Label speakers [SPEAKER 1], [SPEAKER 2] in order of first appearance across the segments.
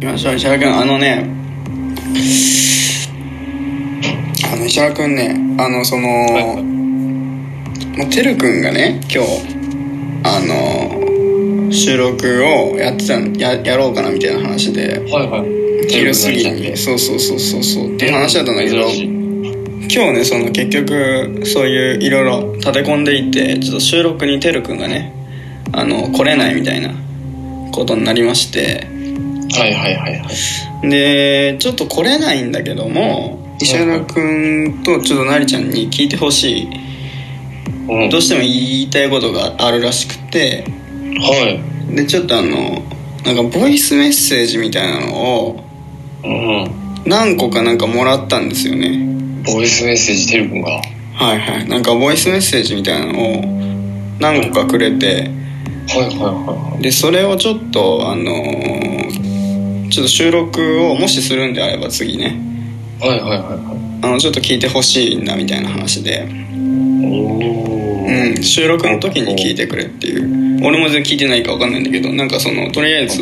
[SPEAKER 1] きましょう石原君あのねあの石原君ねあのその、
[SPEAKER 2] いはい
[SPEAKER 1] もうてる君がね今日あの収録をやってたのややろうかなみたいな話で
[SPEAKER 2] はいはい
[SPEAKER 1] 昼過ぎ
[SPEAKER 2] っ
[SPEAKER 1] にそうそうそうそうそうっていう話だったんだけど今日ねその結局そういういろいろ立て込んでいってちょっと収録にてるくんがねあの来れないみたいなことになりまして
[SPEAKER 2] はいはいはいはい
[SPEAKER 1] でちょっと来れないんだけども石原くんとちょっとなりちゃんに聞いてほし
[SPEAKER 2] う
[SPEAKER 1] い
[SPEAKER 2] ん
[SPEAKER 1] どうしても言いたいことがあるらしくて
[SPEAKER 2] はい
[SPEAKER 1] でちょっとあのなんかボイスメッセージみたいなのを
[SPEAKER 2] うん
[SPEAKER 1] 何個かなんかもらったんですよね
[SPEAKER 2] ボイスメッセージてるくんがは
[SPEAKER 1] はいはいなんかボイスメッセージみたいなのを何個かくれて
[SPEAKER 2] いはいは
[SPEAKER 1] でそれをちょっとあのーちょっと収録をもしするんであれば次ね
[SPEAKER 2] いはいはいはいはい
[SPEAKER 1] あのちょっと聞いてほしいなみたいな話で、
[SPEAKER 2] おー
[SPEAKER 1] うん、収録の時に聞いてくれっていう俺も全然聞いてないか分かんないんだけどなんかそのとりあえず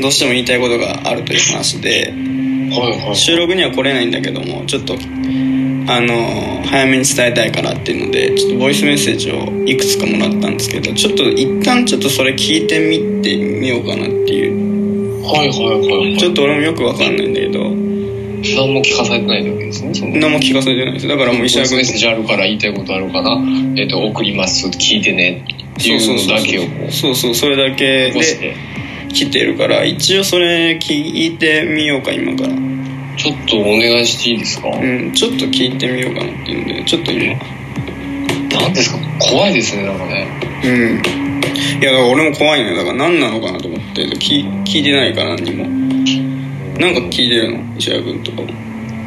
[SPEAKER 1] どうしても言いたいことがあるという話で
[SPEAKER 2] はいはい
[SPEAKER 1] 収録には来れないんだけどもちょっとあのー早めに伝えたいからっていうのでちょっとボイスメッセージをいくつかもらったんですけどちょっと一旦ちょっとそれ聞いてみてみようかなっていう
[SPEAKER 2] はいはいはいはい
[SPEAKER 1] ちょっと俺もよくわかんないんだけど
[SPEAKER 2] 何も聞かされてないわけですねその
[SPEAKER 1] 何も聞かせてないですだからもう
[SPEAKER 2] ボイ
[SPEAKER 1] 石原
[SPEAKER 2] スメ
[SPEAKER 1] 君
[SPEAKER 2] ッセージあるから言いたいことあるから、えっと送ります聞いてねっていうのだけをこう
[SPEAKER 1] そうそうそれだけ
[SPEAKER 2] 残し
[SPEAKER 1] で
[SPEAKER 2] て
[SPEAKER 1] 来てるから一応それ聞いてみようか今からう
[SPEAKER 2] ちょっとお願いしていいですか、
[SPEAKER 1] んちょっと聞いてみようかなっていうんでちょっと今
[SPEAKER 2] なんですか怖いですねなんかね
[SPEAKER 1] うんいやだから俺も怖いねだから何なのかなと思って聞聞いてないから何にもなんか聞いてるの石原君とかも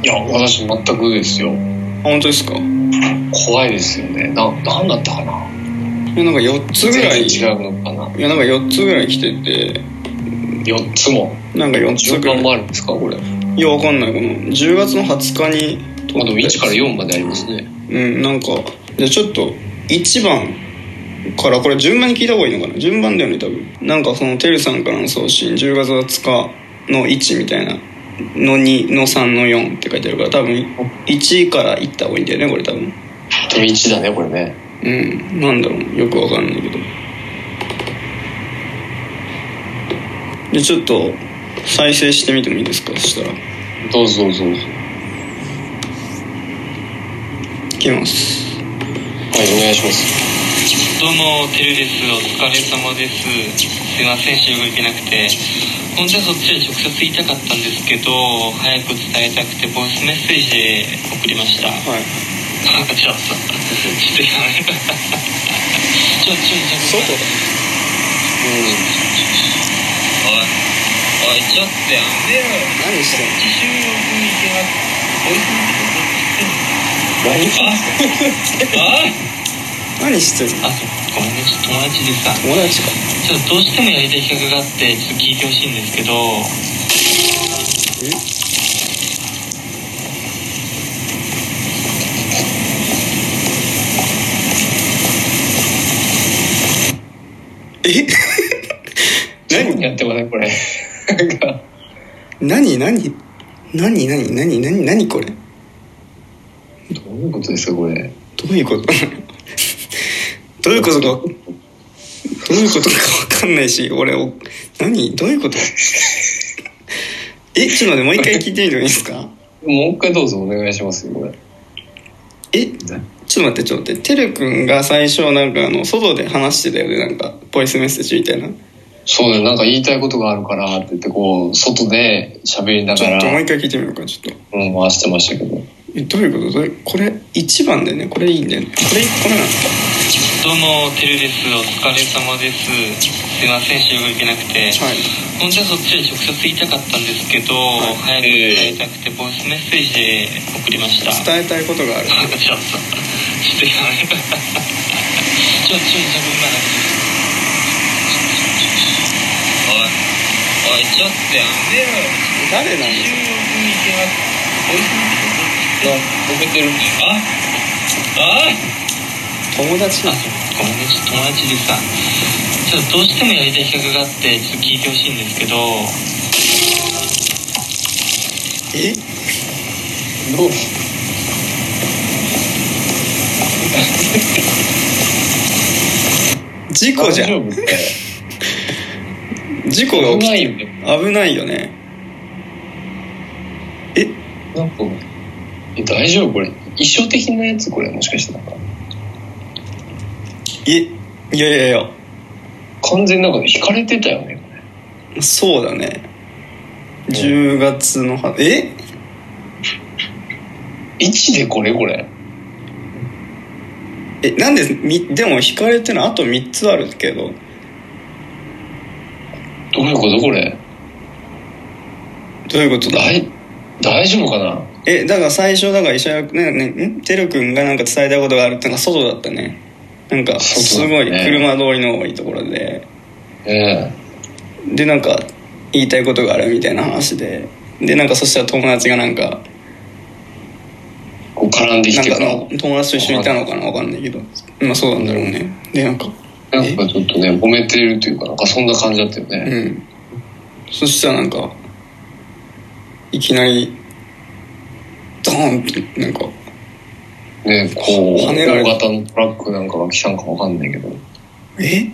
[SPEAKER 2] いや私全くですよ
[SPEAKER 1] あ本当ですかえ
[SPEAKER 2] 怖いですよねな何だったかな
[SPEAKER 1] なんか4つぐらい
[SPEAKER 2] 全
[SPEAKER 1] い
[SPEAKER 2] 然違うのかな
[SPEAKER 1] やなんか4つぐらい来てて
[SPEAKER 2] 4つも
[SPEAKER 1] なんか4つ
[SPEAKER 2] 順
[SPEAKER 1] ぐら
[SPEAKER 2] 番
[SPEAKER 1] い
[SPEAKER 2] もあるんですかこれま
[SPEAKER 1] いやわかんないこの10月の20日に
[SPEAKER 2] あでも1から4までありますね
[SPEAKER 1] うんなんかじゃあちょっと1番からこれ順番に聞いた方がいいのかな順番だよね多分なんかそのてるさんからの送信10月20日の1みたいなの2の3の4って書いてあるから多分1からいった方がいいんだよねこれ多分
[SPEAKER 2] でも1だねこれね
[SPEAKER 1] うんなんだろうよくわかんないけどでちょっと再生してみてもいいですかそしたら
[SPEAKER 2] どうぞどうぞどうぞ
[SPEAKER 1] いきます
[SPEAKER 2] はいお願いします
[SPEAKER 3] どうも、てるです。お疲れ様です。すいません、収録行けなくて。本当はそっちで直接言いたかったんですけど、早く伝えたくて、ボイスメッセージで送りました。ちょっ
[SPEAKER 1] はい
[SPEAKER 3] と、ちょっとやめて。ちょ、ちょ、ちょ、
[SPEAKER 1] 外だ
[SPEAKER 2] う
[SPEAKER 3] おい、おい、ちょっとやめよ。
[SPEAKER 1] 何してんの
[SPEAKER 3] 収録に行けます。ボイ
[SPEAKER 2] ん何
[SPEAKER 3] スメッセ
[SPEAKER 1] 何してる
[SPEAKER 3] ージあ
[SPEAKER 1] の
[SPEAKER 3] あ、ごめんね、ちょっと友達でさ。
[SPEAKER 1] 友達か
[SPEAKER 3] ちょっとどうしてもやりたい企画があってちょっと聞いてほしいんですけど
[SPEAKER 1] え
[SPEAKER 2] 何やってませんこれなんか
[SPEAKER 1] 何何何何何何何これど
[SPEAKER 2] どういうことですかこれ
[SPEAKER 1] ういうことどういうことかどういうことか分かんないし俺お何どういうことえちょっと待ってもう一回聞いてみてもいいですか
[SPEAKER 2] もう一回どうぞお願いしますよこれ
[SPEAKER 1] えちょっと待ってちょっと待っててるくんが最初なんかあの外で話してたよねなんかボイスメッセージみたいな
[SPEAKER 2] そうだよなんか言いたいことがあるからって言ってこう外で喋りな
[SPEAKER 1] ち
[SPEAKER 2] が
[SPEAKER 1] ょっ
[SPEAKER 2] ら
[SPEAKER 1] ともう一回聞いてみようかちょっと
[SPEAKER 2] うん回してましたけど
[SPEAKER 1] えどういうことどれこれ1番だよねこれいいんだよねこれこれなんですか
[SPEAKER 3] どうもてるですお疲れ様ですすいません収録行けなく
[SPEAKER 1] は
[SPEAKER 3] て
[SPEAKER 1] い
[SPEAKER 3] 本当はそっちで直接言いたかったんですけど、
[SPEAKER 1] は
[SPEAKER 3] 早く伝えたくてボイスメッセージで送りましたちょっと
[SPEAKER 1] 伝えたいことがある
[SPEAKER 3] やめてちょっとやめてちょちょちょ今おいおいちょっとやめろよ
[SPEAKER 1] 誰なん
[SPEAKER 3] 収
[SPEAKER 1] ですか
[SPEAKER 3] 録に行けますボイスメッ
[SPEAKER 2] 止
[SPEAKER 3] セージ
[SPEAKER 2] めてる
[SPEAKER 3] あああ
[SPEAKER 1] 友達な
[SPEAKER 3] あごめんねちょっと友達でさちょっとどうしてもやりたい企画があってちょっと聞いてほしいんですけど
[SPEAKER 1] え
[SPEAKER 2] どう
[SPEAKER 1] 事故じゃ
[SPEAKER 2] 大丈
[SPEAKER 1] ん
[SPEAKER 2] 夫
[SPEAKER 1] 事故が
[SPEAKER 2] 危
[SPEAKER 1] 起
[SPEAKER 2] な
[SPEAKER 1] き
[SPEAKER 2] いよね。
[SPEAKER 1] 危ないよねえ
[SPEAKER 2] なんか、え大丈夫これ。一生的なやつこれ、もしかしてなんか。
[SPEAKER 1] えいやいやいや
[SPEAKER 2] 完全になんか引かれてたよね。
[SPEAKER 1] そうだね10月のはえ
[SPEAKER 2] 1でこれこれ。
[SPEAKER 1] えなんでみでも引かれてるのあと3つあるけど
[SPEAKER 2] どういうことこれ。
[SPEAKER 1] どういうことだ
[SPEAKER 2] 大、大丈夫かな
[SPEAKER 1] えだから最初だから医者役ねねんてるくんがなんか伝えたいことがあるってなんか外だったねなんかす
[SPEAKER 2] 外だ
[SPEAKER 1] ごい
[SPEAKER 2] ね
[SPEAKER 1] 車通りの多いところで
[SPEAKER 2] え
[SPEAKER 1] でなんか言いたいことがあるみたいな話ででなんかそしたら友達がなんか
[SPEAKER 2] えこう絡んでき
[SPEAKER 1] なん
[SPEAKER 2] て
[SPEAKER 1] か
[SPEAKER 2] かな。
[SPEAKER 1] の友達と一緒にいたのかなわかんないけどまあそうなんだろうねでなんか
[SPEAKER 2] なんかちょっとね、褒めてるというか、なんかそんな感じだったよね。
[SPEAKER 1] うんそしたらなんかいきなりドーンってなんか
[SPEAKER 2] ねこう、
[SPEAKER 1] 跳ねられ
[SPEAKER 2] 大
[SPEAKER 1] た
[SPEAKER 2] 型のトラックなんかが来たんかわかんないけど、
[SPEAKER 1] え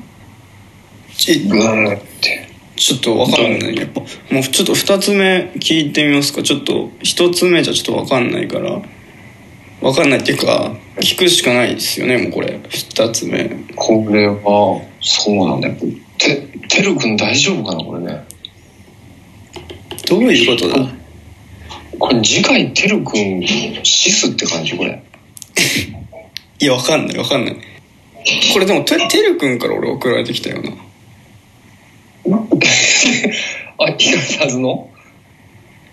[SPEAKER 1] ち
[SPEAKER 2] ブーンって。
[SPEAKER 1] ちょっとわかんないやっぱもうちょっと2つ目聞いてみますかちょっと1つ目じゃちょっとわかんないからわかんないっていうか聞くしかないですよねもうこれ2つ目
[SPEAKER 2] これは、そうなんだよ。て、てるくん大丈夫かなこれね。
[SPEAKER 1] どういうことだ
[SPEAKER 2] これ次回てるくん、シスって感じこれ。
[SPEAKER 1] いやわかんないわかんないこれでもててるくんから俺送られてきたよな
[SPEAKER 2] あ、引かれたはずの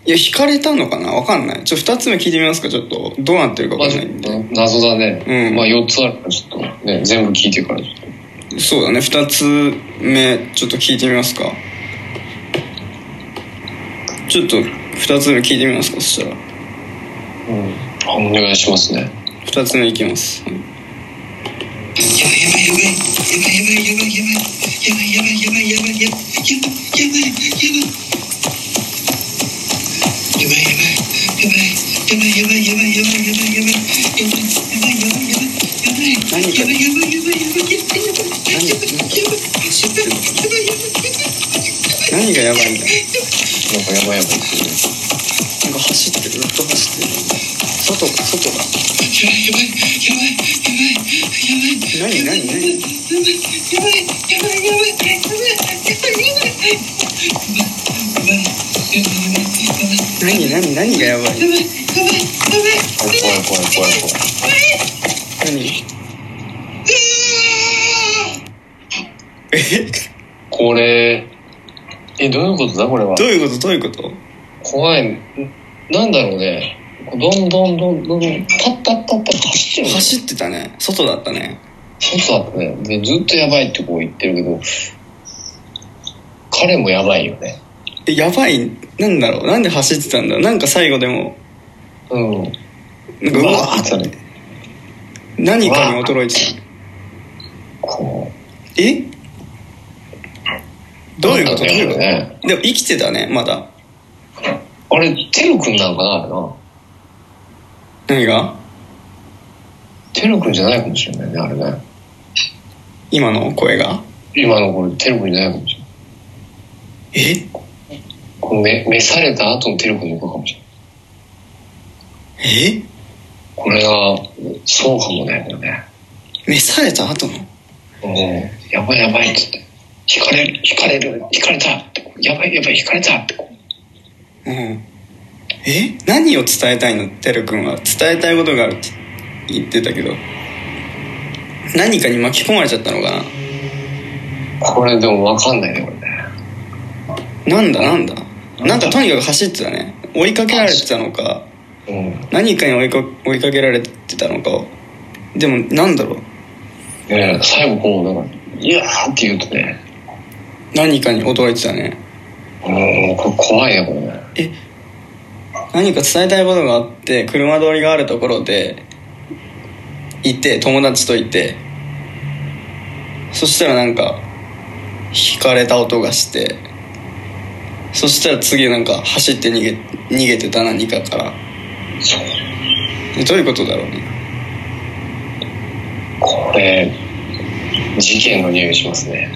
[SPEAKER 1] いや引かれたのかなわかんないちょ2つ目聞いてみますかちょっとどうなってるか
[SPEAKER 2] ま
[SPEAKER 1] わ
[SPEAKER 2] あ
[SPEAKER 1] かん
[SPEAKER 2] ちょ
[SPEAKER 1] ない
[SPEAKER 2] っ
[SPEAKER 1] んで
[SPEAKER 2] と謎だね。
[SPEAKER 1] うん
[SPEAKER 2] まあ4つあるからちょっとね、全部聞いてからちょっと。
[SPEAKER 1] そうだね2つ目ちょっと聞いてみますかちょっと2つ目聞いてみますかそしたら
[SPEAKER 2] うん。あお願いしますね。
[SPEAKER 1] 2つ目いきます何がやばいんだ
[SPEAKER 2] なんかやばいやばいですよね。
[SPEAKER 1] なんか走ってるずっと走ってる外が外が何何何何何何がやばい
[SPEAKER 2] 怖い怖い怖い怖い怖い。
[SPEAKER 1] 何え
[SPEAKER 2] これ、え、どういうことだこれは
[SPEAKER 1] ど。ういうことどういうこと
[SPEAKER 2] 怖い。なんだろうね。どんどんどんどんどん、パッパッパッパッ走ってる。
[SPEAKER 1] 走ってたね外だったね
[SPEAKER 2] 外だったね。で、ずっとやばいってこう言ってるけど、彼もやばいよね。
[SPEAKER 1] えやばいなんだろうなんで走ってたんだなんか最後でも
[SPEAKER 2] うん。う
[SPEAKER 1] なんかうわー
[SPEAKER 2] ってね。
[SPEAKER 1] 何かに驚いてた
[SPEAKER 2] こ
[SPEAKER 1] え
[SPEAKER 2] う。
[SPEAKER 1] どういうことどう
[SPEAKER 2] なん
[SPEAKER 1] い
[SPEAKER 2] だ
[SPEAKER 1] うこ
[SPEAKER 2] ろう
[SPEAKER 1] と
[SPEAKER 2] ね。
[SPEAKER 1] でも生きてたねまだ
[SPEAKER 2] あれ、てるくんなんかなあれな。
[SPEAKER 1] 何が
[SPEAKER 2] てるくんじゃないかもしれないね、あれね。
[SPEAKER 1] 今の声が
[SPEAKER 2] 今のこれ、てるくんじゃないかもしれない。
[SPEAKER 1] え
[SPEAKER 2] この目、召された後のてるくんの子かもしれない。
[SPEAKER 1] え
[SPEAKER 2] これが、そうかもね、これね。
[SPEAKER 1] 召された後の
[SPEAKER 2] もう、やばいやばいっつって。引かれる、引かれる、引かれたってこう、やばいやばい、引かれたってこう。
[SPEAKER 1] うんえ何を伝えたいのてるくんは伝えたいことがあるって言ってたけど何かに巻き込まれちゃったのか
[SPEAKER 2] これでもわかんないね、これね。
[SPEAKER 1] ななんだなんだなんかとにかく走ってたね追いかけられてたのか
[SPEAKER 2] うん。
[SPEAKER 1] 何かに追いか追いかけられてたのかでもなんだろう
[SPEAKER 2] ね最後こう、なんか、いやーって言うとね、
[SPEAKER 1] 何かに驚いてたね
[SPEAKER 2] うん、これ怖いね、これね。
[SPEAKER 1] え何か伝えたいことがあって車通りがあるところでいて友達といてそしたらなんか引かれた音がしてそしたら次なんか走って逃げ逃げてた何かから
[SPEAKER 2] そう。
[SPEAKER 1] えどういうことだろうね
[SPEAKER 2] これ、事件の匂いしますね。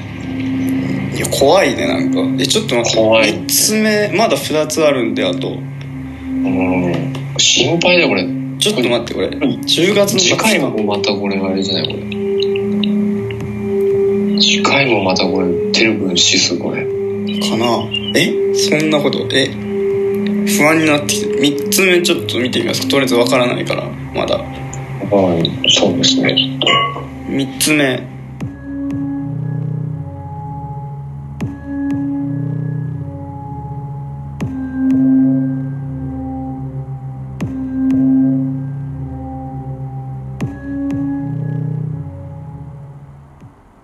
[SPEAKER 1] いや怖いねなんかえちょっと待って
[SPEAKER 2] 怖い
[SPEAKER 1] 3つ目まだ2つあるんであと
[SPEAKER 2] うん。心配だよ、これ。
[SPEAKER 1] ちょっと待ってこれ10月の
[SPEAKER 2] 次回もまたこれあれじゃない、これ。次回もまたこれ、テル君指数これ。
[SPEAKER 1] かなえそんなことえ不安になってきて3つ目ちょっと見てみますかとりあえずわからないからまだ
[SPEAKER 2] はい、そうですね。
[SPEAKER 1] 3つ目